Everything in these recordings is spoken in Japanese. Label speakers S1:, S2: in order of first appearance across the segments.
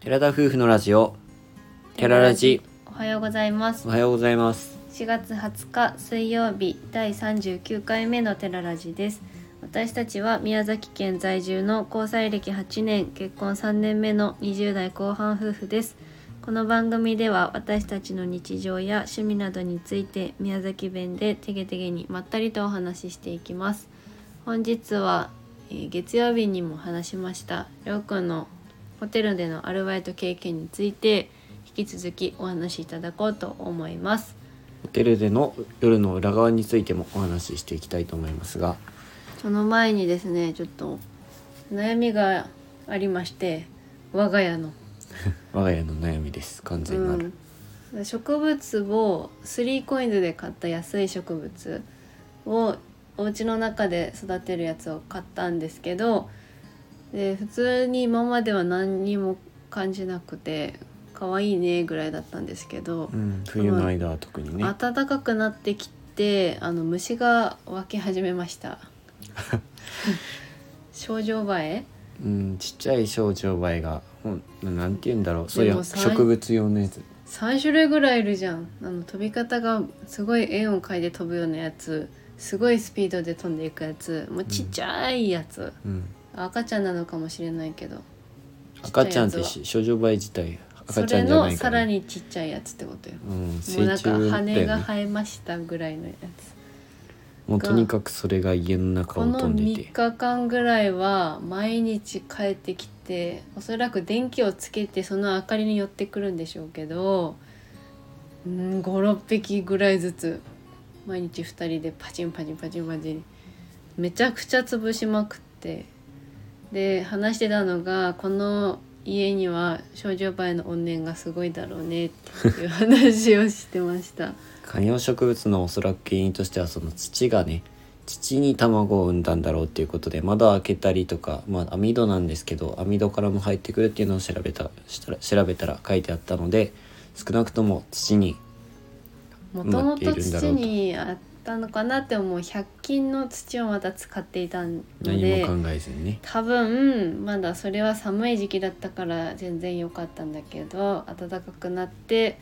S1: 寺田夫婦のラジオテララジ
S2: おはようございます
S1: おはようございます
S2: 4月20日水曜日第39回目のテララジです私たちは宮崎県在住の交際歴8年結婚3年目の20代後半夫婦ですこの番組では私たちの日常や趣味などについて宮崎弁でてげてげにまったりとお話ししていきます本日は、えー月曜日にも話しましたりょうくんのホテルでのアルバイト経験について引き続きお話しいただこうと思います
S1: ホテルでの夜の裏側についてもお話ししていきたいと思いますが
S2: その前にですねちょっと悩みがありまして我が家の、
S1: 我が家の悩みです完全なる、
S2: うん植物を 3COINS で買った安い植物をお家の中で育てるやつを買ったんですけどで普通に今までは何にも感じなくて可愛いねぐらいだったんですけど
S1: う、ん、冬の間は特にね
S2: 暖かくなってきてあの虫が湧き始めました 症状映え
S1: うんちっちゃい症状映えがほんなんて言うんだろうそうい
S2: で
S1: う
S2: もさ
S1: 植物用のやつ
S2: 3種類ぐらいいるじゃんあの飛び方がすごい円を描いて飛ぶようなやつすごいスピードで飛んでいくやつもうちっちゃいやつ、
S1: うん
S2: 赤ちゃんなのかもしれないけど
S1: 赤ちゃんっ
S2: ちっちゃい
S1: て
S2: や
S1: し
S2: つ
S1: 症状映え自体赤
S2: そ
S1: ちゃ
S2: れ
S1: んじゃな
S2: の
S1: い
S2: さ
S1: からら、
S2: にちっちゃいやつってことよ
S1: うん、
S2: もう
S1: 成
S2: なん
S1: 虫
S2: か
S1: だよ
S2: 羽が
S1: ね
S2: 生えましたぐらいのやつ
S1: もうとにかくそれが家の中を
S2: こ
S1: 飛
S2: の
S1: んでて
S2: 3日間ぐらいは毎日帰ってきておそらく電気をつけてその明かりに寄ってくるんでしょうけど56匹ぐらいずつ毎日2人でパチンパチンパチンパチンめちゃくちゃ潰しまくってで話してたのがこの家には少女映えの怨念がすごいだろうねっていう話をしてました。
S1: 観葉植物のおそらく原因としてはその土がね土に卵を産んだんだろうっていうことで窓を開けたりとか、まあ、網戸なんですけど網戸からも入ってくるっていうのを調べたしたら調べたら書いてあったので少なくとも土に
S2: もともと土にあったのかなって思う100均の土をまた使っていたの
S1: 何
S2: で
S1: も考えずにね
S2: 多分まだそれは寒い時期だったから全然良かったんだけど暖かくなって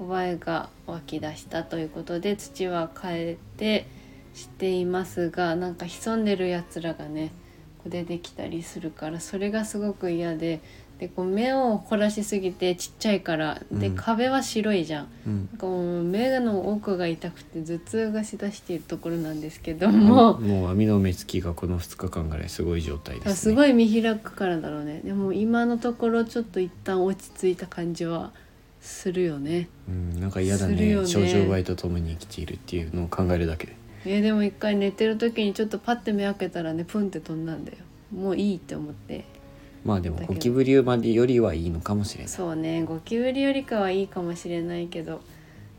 S2: おばえが湧き出したということで土は変えてしていますがなんか潜んでるやつらがねこう出てきたりするからそれがすごく嫌ででこう目を凝らしすぎてちっちゃいからで、
S1: うん
S2: 壁は白いじゃん。
S1: うん
S2: なんかもう目の奥が痛くて頭痛がしだしているところなんですけども、
S1: もう網の目つきがこの2日間ぐらいすごい状態です
S2: あ
S1: ね
S2: すごい見開くからだろうねでも今のところちょっと一旦落ち着いた感じはするよね
S1: うん、なんか嫌だ
S2: する
S1: ね
S2: よね
S1: 症状倍とともに生きているっていうのを考えるだけで
S2: えーでも一回寝てる時にちょっとパッて目開けたらねプンって飛んだんだよもういいって思って
S1: まあでも
S2: だけど
S1: ゴキブリまでよりはいいのかもしれない
S2: そうねゴキブリよりかはいいかもしれないけど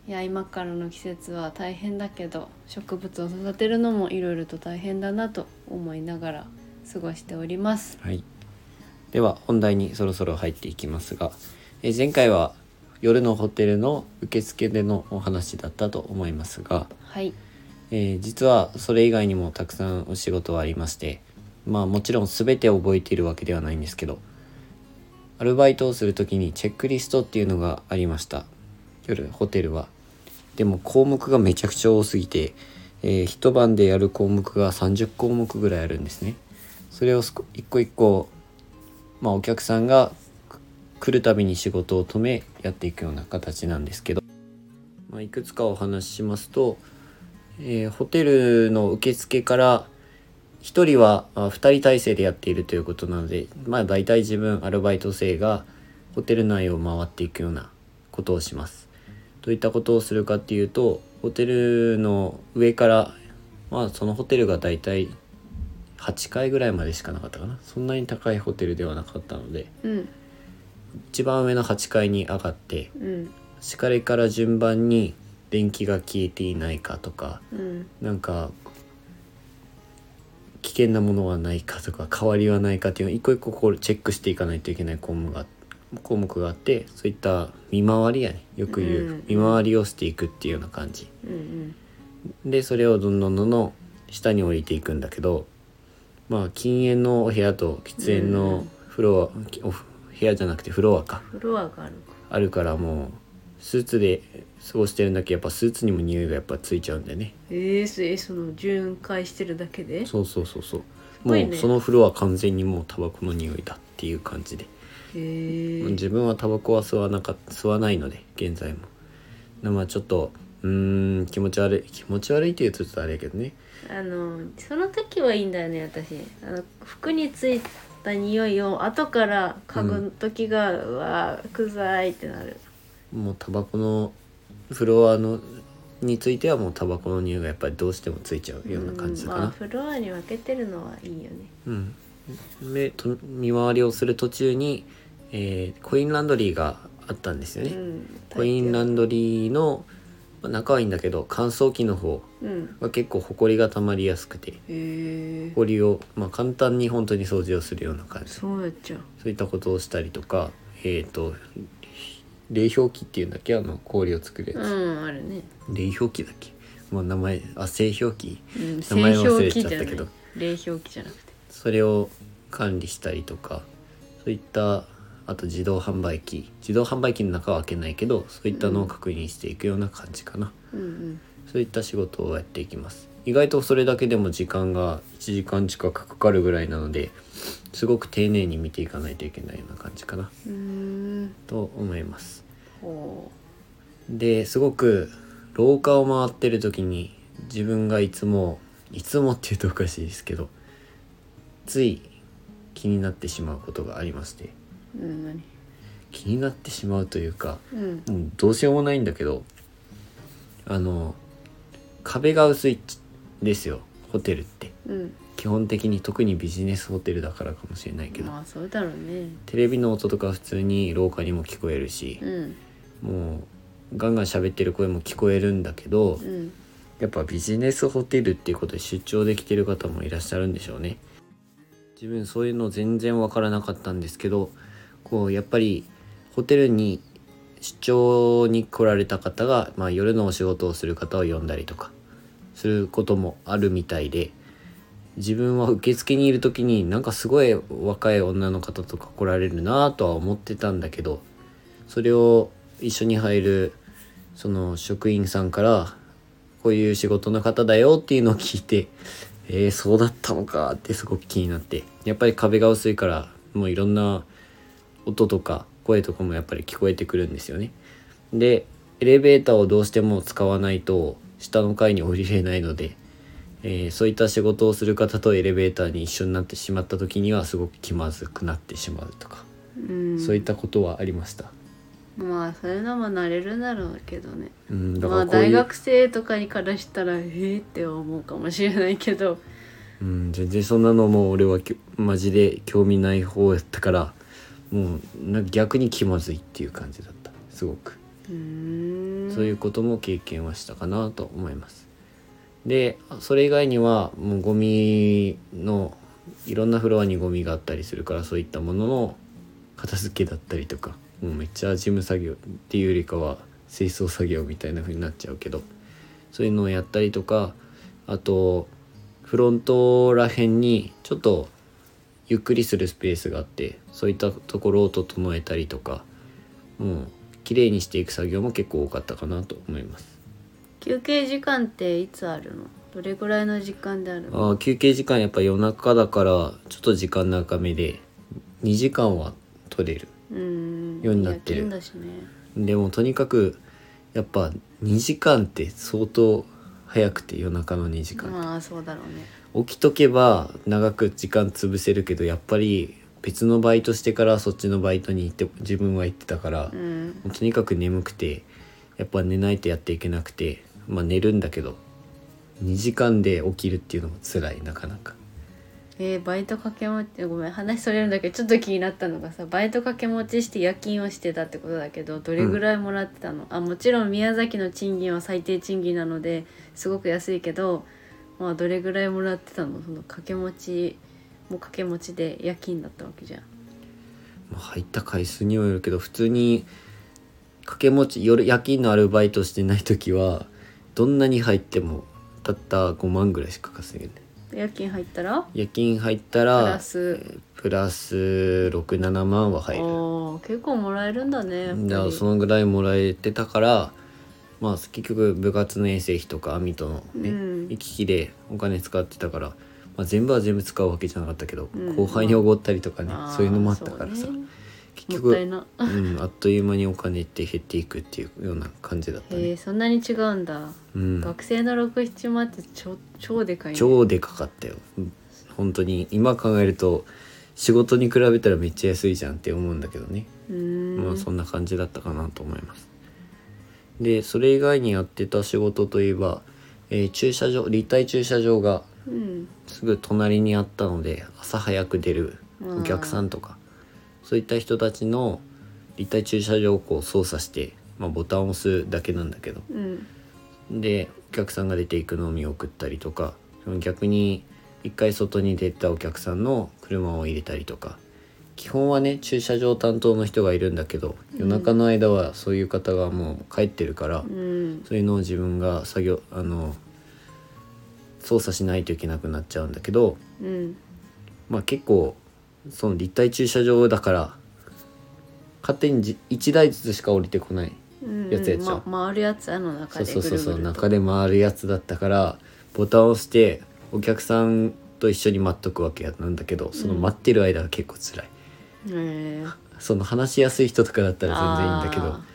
S2: いや今からの季節は大変だけど植物を育てるのもいろいろと大変だなと思いながら過ごしております
S1: はい、では本題にそろそろ入っていきますが、えー前回は夜のホテルの受付でのお話だったと思いますが、
S2: はい
S1: えー実はそれ以外にもたくさんお仕事はありましてまあもちろん全て覚えているわけではないんですけどアルバイトをする時にチェックリストっていうのがありました夜ホテルはでも項目がめちゃくちゃ多すぎて、えー一晩でやる項目が30項目ぐらいあるんですねそれをすこ一個一個まあお客さんがく来るたびに仕事を止めやっていくような形なんですけど、まあ、いくつかお話ししますとえーホテルの受付から1人はあ2人体制でやっているということなのでまあ大体自分アルバイト生がホテル内を回っていくようなことをします。どういったことをするかっていうとホテルの上からまあそのホテルが大体8階ぐらいまでしかなかったかなそんなに高いホテルではなかったので
S2: うん
S1: 一番上の8階に上がって
S2: うん
S1: しかれから順番に電気が消えていないかとか
S2: うん
S1: なんか危険なものはないかとか変わりはないかっていうのを一個一個こうチェックしていかないといけない項目が項目があってそういった見回りやねよく言う、
S2: うん
S1: 見回りをしていくっていうような感じ
S2: うん
S1: でそれをどんどんどんどん下に降りていくんだけどまあ禁煙のお部屋と喫煙のフロア、お部部屋じゃなくてフロアか
S2: フロアがあるか
S1: あるからもうスーツで過ごしてるんだけどやっぱスーツにも匂いがやっぱついちゃうんだよね
S2: えー、そえその巡回してるだけで
S1: そうそうそうそう、
S2: ごい
S1: も
S2: ね
S1: うそのフロア完全にもうタバコの匂いだっていう感じで
S2: えー、
S1: 自分はタバコは吸わなか吸わないので現在もでまあちょっとうーん気持ち悪い気持ち悪いって言うとちょっとあれやけどね
S2: あのその時はいいんだよね私あの服についた匂いを後から嗅ぐ時が、うわーくざいってなる
S1: もうタバコのフロアのについてはもうタバコの匂いがやっぱりどうしてもついちゃうような感じか
S2: うんまあ、
S1: な
S2: フロアに分けてるのはいいよね
S1: うん、でと見回りをする途中に、えーコインランドリーがあったんですよね、
S2: うん
S1: コインランドリーのまあ中はいいんだけど乾燥機の方
S2: うん
S1: は結構ホコリが溜まりやすくて
S2: へえ
S1: ホコリを、まあ、簡単に本当に掃除をするような感じ
S2: そうやっちゃう
S1: そういったことをしたりとかえっ、と冷氷機っていうんだっけあの氷を作るやつ、
S2: うんあるね、
S1: 冷氷機だっけ、まあ、名前あ製氷機
S2: うん、
S1: 名前忘
S2: 氷
S1: れ
S2: 機
S1: ちゃっ
S2: じゃな
S1: た
S2: い
S1: けど
S2: 冷氷機じゃなくて
S1: それを管理したりとかそういったあと自動販売機自動販売機の中は開けないけどそういったのを確認していくような感じかな、
S2: うんうん
S1: そういった仕事をやっていきます意外とそれだけでも時間が1時間近くかかるぐらいなのですごく丁寧に見ていかないといけないような感じかな
S2: うーん
S1: と思います
S2: ほ
S1: ですごく廊下を回ってる時に自分がいつもいつもっていうとおかしいですけどつい気になってしまうことがありまして
S2: ううん何
S1: 気になってしまうというか
S2: うん
S1: もうどうしようもないんだけどあの壁が薄いですよホテルって
S2: うん
S1: 基本的に特にビジネスホテルだからかもしれないけど
S2: まあそうだろうね
S1: テレビの音とか普通に廊下にも聞こえるし
S2: うん
S1: もうガンガン喋ってる声も聞こえるんだけど
S2: うん
S1: やっぱビジネスホテルっていうことで出張できてる方もいらっしゃるんでしょうね自分そういうの全然わからなかったんですけどこうやっぱりホテルに出張に来られた方が、まあ、夜のお仕事をする方を呼んだりとかすることもあるみたいで自分は受付にいる時になんかすごい若い女の方とか来られるなとは思ってたんだけどそれを一緒に入るその職員さんからこういう仕事の方だよっていうのを聞いて、えー、そうだったのかってすごく気になって、やっぱり壁が薄いから、もういろんな音とか声とかもやっぱり聞こえてくるんですよね。で、エレベーターをどうしても使わないと、下の階に降りれないので、えーそういった仕事をする方とエレベーターに一緒になってしまった時にはすごく気まずくなってしまうとか、
S2: うん
S1: そういったことはありました。
S2: まあそういうのも慣れるだろうけどね
S1: うん、だか
S2: まあ
S1: らこうい
S2: 大
S1: う、
S2: 学生とかにからしたらえーって思うかもしれないけど
S1: うん、全然そんなのもう俺はきょマジで興味ない方やったからもうな逆に気まずいっていう感じだったすごく
S2: うーん
S1: そういうことも経験はしたかなと思いますでそれ以外にはもうゴミのいろんなフロアにゴミがあったりするからそういったものの片付けだったりとかもうめっちゃ事務作業っていうよりかは清掃作業みたいな風になっちゃうけどそういうのをやったりとかあとフロントらへんにちょっとゆっくりするスペースがあってそういったところを整えたりとかもう綺麗にしていく作業も結構多かったかなと思います
S2: 休憩時間っていつあるのどれぐらいの時間であるの
S1: あー休憩時間やっぱ夜中だからちょっと時間長めで2時間は取れる
S2: うーん
S1: ようになってる
S2: 夜勤だしね
S1: でもとにかくやっぱ2時間って相当早くて夜中の2時間、
S2: まあそうだろうね
S1: 起きとけば長く時間潰せるけどやっぱり別のバイトしてからそっちのバイトに行って自分は行ってたから、
S2: うん
S1: もうとにかく眠くてやっぱ寝ないとやっていけなくてまあ寝るんだけど2時間で起きるっていうのも辛いなかなか
S2: えー、バイト掛け持ちごめん話それるんだけどちょっと気になったのがさバイト掛け持ちして夜勤をしてたってことだけどどれぐらいもらってたの、あもちろん宮崎の賃金は最低賃金なのですごく安いけどまあどれぐらいもらってたのその掛け持ちも掛け持ちで夜勤だったわけじゃん
S1: まあ入った回数にもよるけど普通に掛け持ち夜夜勤のアルバイトしてない時はどんなに入ってもたった5万ぐらいしか稼げない
S2: 夜勤入ったら
S1: 夜勤入った
S2: プ
S1: ら
S2: ラス
S1: プラスプラス67万は入る
S2: おー結構もらえるんだねやっぱり
S1: だからそのぐらいもらえてたからまあ結局部活の遠征費とか網との、ね
S2: うん
S1: 行き来でお金使ってたから、まあ、全部は全部使うわけじゃなかったけど、
S2: うん
S1: 後輩におごったりとかね
S2: あー
S1: そういうのもあったからさ、
S2: そうね
S1: 結局
S2: もったいな
S1: うん、あっという間にお金って減っていくっていうような感じだった
S2: へ
S1: ね。
S2: えそんなに違うんだ、
S1: うん、
S2: 学生の67万って超超でかいね
S1: 超でかかったよ。うん本当に今考えると仕事に比べたらめっちゃ安いじゃんって思うんだけどね。
S2: うーん
S1: まあそんな感じだったかなと思います。でそれ以外にやってた仕事といえば、えー駐車場立体駐車場が
S2: うん
S1: すぐ隣にあったので朝早く出るお客さんとかそういった人たちの立体駐車場をこう操作して、まあ、ボタンを押すだけなんだけど
S2: うん
S1: でお客さんが出ていくのを見送ったりとかその逆に一回外に出たお客さんの車を入れたりとか基本はね駐車場担当の人がいるんだけど夜中の間はそういう方がもう帰ってるから、
S2: うん
S1: そういうのを自分が作業あの操作しないといけなくなっちゃうんだけど、
S2: うん
S1: まあ、結構その立体駐車場だから勝手にじ1台ずつしか降りてこない
S2: うん
S1: やつやっちゃう
S2: ま、回るやつあの中
S1: そうそ
S2: で
S1: うそうそう
S2: ぐるぐると
S1: 中で回るやつだったからボタンを押してお客さんと一緒に待っとくわけやなんだけどその待ってる間は結構辛い、
S2: へえ
S1: その話しやすい人とかだったら全然いいんだけど
S2: あ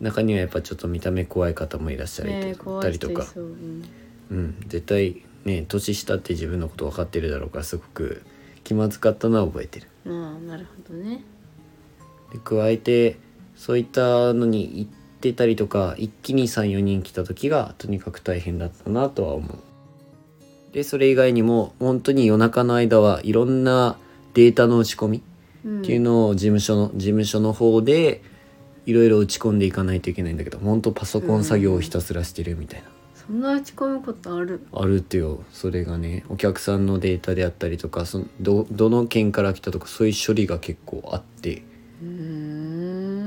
S1: 中にはやっぱちょっと見た目怖い方もいらっしゃ
S2: ーねえ
S1: る
S2: 怖
S1: た
S2: い
S1: りと
S2: 人い
S1: か、
S2: そううん
S1: うん、絶対ね年下って自分のこと分かってるだろうからすごく気まずかったのは覚えてる
S2: ああなるほどね
S1: で加えてそういったのに行ってたりとか一気に34人来た時がとにかく大変だったなとは思う。でそれ以外にも本当に夜中の間はいろんなデータの打ち込み
S2: うん
S1: っていうのを事務所の、事務所の方でいろいろ打ち込んでいかないといけないんだけど本当パソコン作業をひたすらしてるみたいな。
S2: そんな打ち込むことある
S1: あるってよそれがねお客さんのデータであったりとかそのどどの県から来たとかそういう処理が結構あって。
S2: うー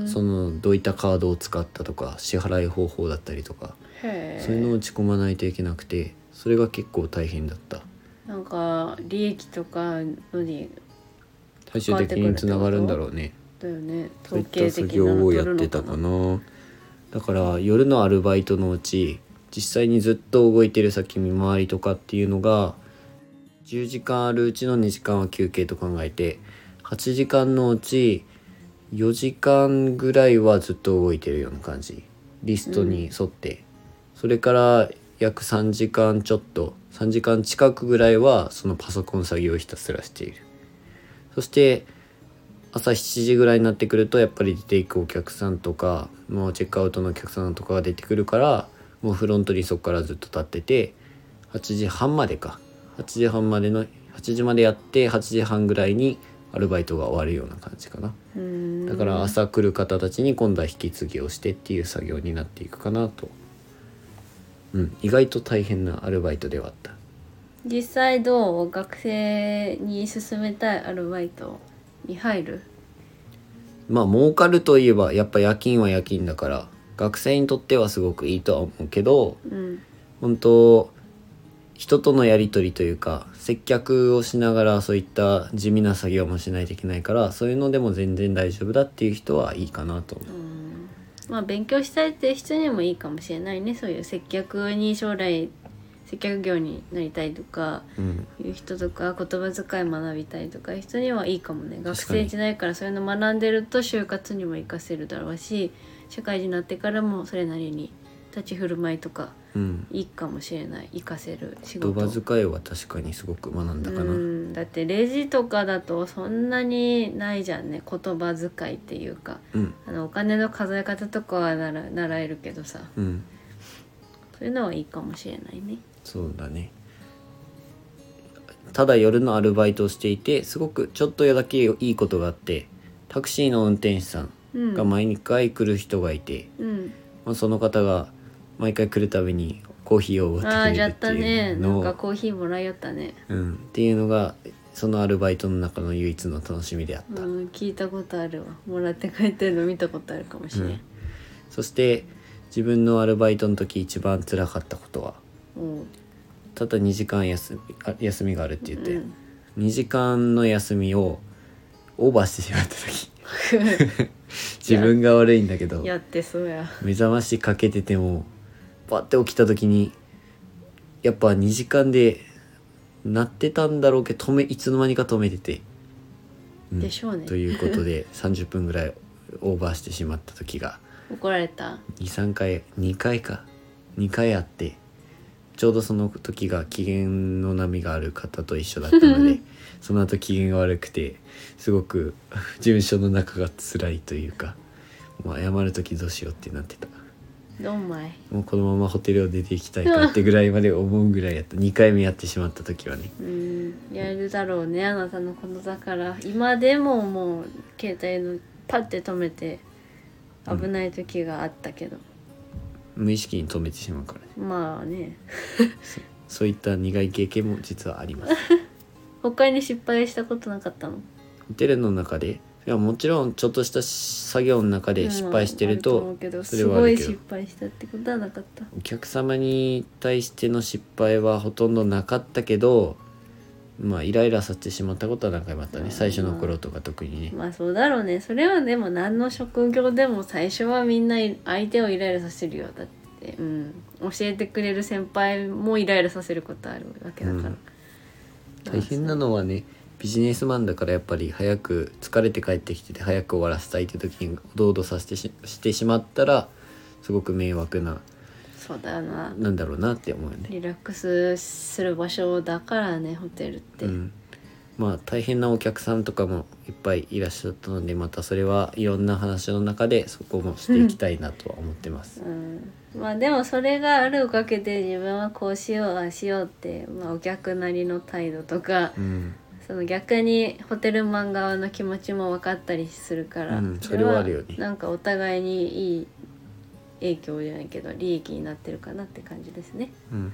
S2: ん
S1: そのどういったカードを使ったとか支払い方法だったりとか
S2: へえ
S1: そういうのを打ち込まないといけなくてそれが結構大変だった
S2: なんか利益とかのに
S1: 最終的につながるんだろうね
S2: だよね
S1: そうい
S2: 統
S1: った
S2: 計
S1: 作
S2: 的な
S1: 業を
S2: の取
S1: や
S2: る
S1: っ
S2: の
S1: て
S2: か
S1: たか
S2: な
S1: なだから夜のアルバイトのうち実際にずっと動いてる先見回りとかっていうのが10時間あるうちの2時間は休憩と考えて8時間のうち4時間ぐらいはずっと動いてるような感じリストに沿って、それから約3時間ちょっと3時間近くぐらいはそのパソコン作業をひたすらしているそして朝7時ぐらいになってくるとやっぱり出ていくお客さんとかもうチェックアウトのお客さんとかが出てくるからもうフロントにそこからずっと立ってて8時半までか8時半までの8時までやって8時半ぐらいにアルバイトが終わるような感じかな
S2: うーん
S1: だから朝来る方たちに今度は引き継ぎをしてっていう作業になっていくかなとうん意外と大変なアルバイトではあった
S2: 実際どう学生に勧めたいアルバイトに入る
S1: まあ儲かるといえばやっぱ夜勤は夜勤だから学生にとってはすごくいいとは思うけど
S2: うん
S1: 本当人とのやり取りというか接客をしながらそういった地味な作業もしないといけないからそういうのでも全然大丈夫だっていう人はいいかなと思
S2: う
S1: う。
S2: んまあ勉強したいって人にもいいかもしれないねそういう接客に将来接客業になりたいとか
S1: うん、
S2: いう人とか言葉遣い学びたいとかいう人にはいいかもね学
S1: かに
S2: 生時代からそういうの学んでると就活にも活かせるだろうし社会人になってからもそれなりに立ち振る舞いとか
S1: うん、
S2: いいかもしれない活かせる仕
S1: 言
S2: 事
S1: 葉遣いは確かにすごく学んだかな。
S2: うんだってレジとかだとそんなにないじゃんね言葉遣いっていうか
S1: うん、
S2: あのお金の数え方とかはなら習えるけどさ
S1: うん
S2: そういうのはいいかもしれないね
S1: そうだねただ夜のアルバイトをしていてすごくちょっとだけいいことがあってタクシーの運転手さん
S2: うん
S1: が毎回来る人がいて、
S2: うん
S1: まあ、その方が毎回来るたびにコーヒーをおごって
S2: ああ
S1: く
S2: ーじゃ
S1: れる
S2: っ
S1: って
S2: た
S1: い
S2: ね
S1: う
S2: な
S1: の
S2: ん
S1: を
S2: かコーヒーもらいよったね
S1: うん、っていうのがそのアルバイトの中の唯一の楽しみであった、
S2: うん、聞いたことあるわもらって帰ってるの見たことあるかもしれん、
S1: そして自分のアルバイトの時一番辛かったことは
S2: うん、
S1: ただ2時間休みあ休みがあるって言って、
S2: うん
S1: 2時間の休みをオーバーしてしまった時 自分が悪いんだけど
S2: やってそうや
S1: 目覚ましかけててもパッて起きた時にやっぱ2時間で鳴ってたんだろうけど止めいつの間にか止めてて、うん
S2: でしょうね
S1: ということで30分ぐらいオーバーしてしまった時が
S2: 怒られた
S1: 23回2回か2回あってちょうどその時が機嫌の波がある方と一緒だったのでその後機嫌が悪くてすごく 事務所の中が辛いというかもう謝る時どうしようってなってた
S2: どんまい
S1: もうこのままホテルを出ていきたいかってぐらいまで思うぐらいやった2回目やってしまった時はね
S2: うんやるだろうねあなたのことだから今でももう携帯のパッて止めて危ない時があったけど、
S1: 無意識に止めてしまうからね
S2: まあね
S1: そういった苦い経験も実はあり ます
S2: 他に失敗したことなかったの
S1: ホテルの中でいやもちろんちょっとした作業の中で失敗してる
S2: まああ思
S1: と
S2: うけど
S1: そ
S2: す
S1: れはあ
S2: ご
S1: る
S2: い
S1: けど
S2: 失敗したってことはなかった
S1: お客様に対しての失敗はほとんどなかったけどまあイライラさせてしまったことは何回もあったね最初の頃とか特にね
S2: まあそうだろうねそれはでも何の職業でも最初はみんな相手をイライラさせるよだって、うん、教えてくれる先輩もイライラさせることあるわけだから、
S1: うん大変なのはねビジネスマンだからやっぱり早く疲れて帰ってきてて早く終わらせたいって時におどおどさせてししてしまったらすごく迷惑な
S2: そうだよな
S1: なんだろうなって思うよね。
S2: リラックスする場所だからねホテルって、
S1: うん、まあ大変なお客さんとかもいっぱいいらっしゃったのでまたそれはいろんな話の中でそこもしていきたいなとは思ってます。
S2: うんまあでもそれがあるおかげで自分はこうしようああしようって、まあ、お客なりの態度とか
S1: うん、
S2: その逆にホテルマン側の気持ちも分かったりするから、
S1: うんそれはあるよね
S2: それはなんかお互いにいい影響じゃないけど利益になってるかなって感じですね
S1: うん、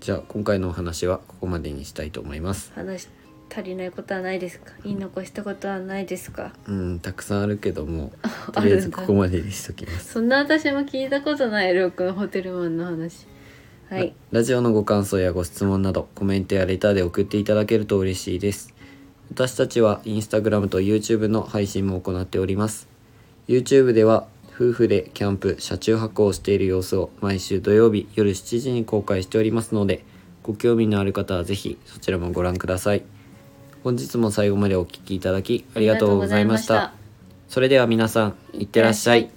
S1: じゃあ今回のお話はここまでにしたいと思います。
S2: 話し足りないことはないですか言い残したことはないですか
S1: うん、たくさんあるけどもと
S2: あ
S1: りあえ
S2: る
S1: ず
S2: んだ
S1: ここまでにしときます。
S2: そんな私も聞いたことないルークのホテルマンの話はい
S1: ラジオのご感想やご質問などコメントやレターで送っていただけると嬉しいです。私たちはインスタグラムと YouTube の配信も行っております。YouTube では夫婦でキャンプ、車中泊をしている様子を毎週土曜日夜7時に公開しておりますので、ご興味のある方はぜひそちらもご覧ください。本日も最後までお聴きいただきありがとうございました。
S2: ありがとうございました
S1: それでは皆さん、いってらっしゃい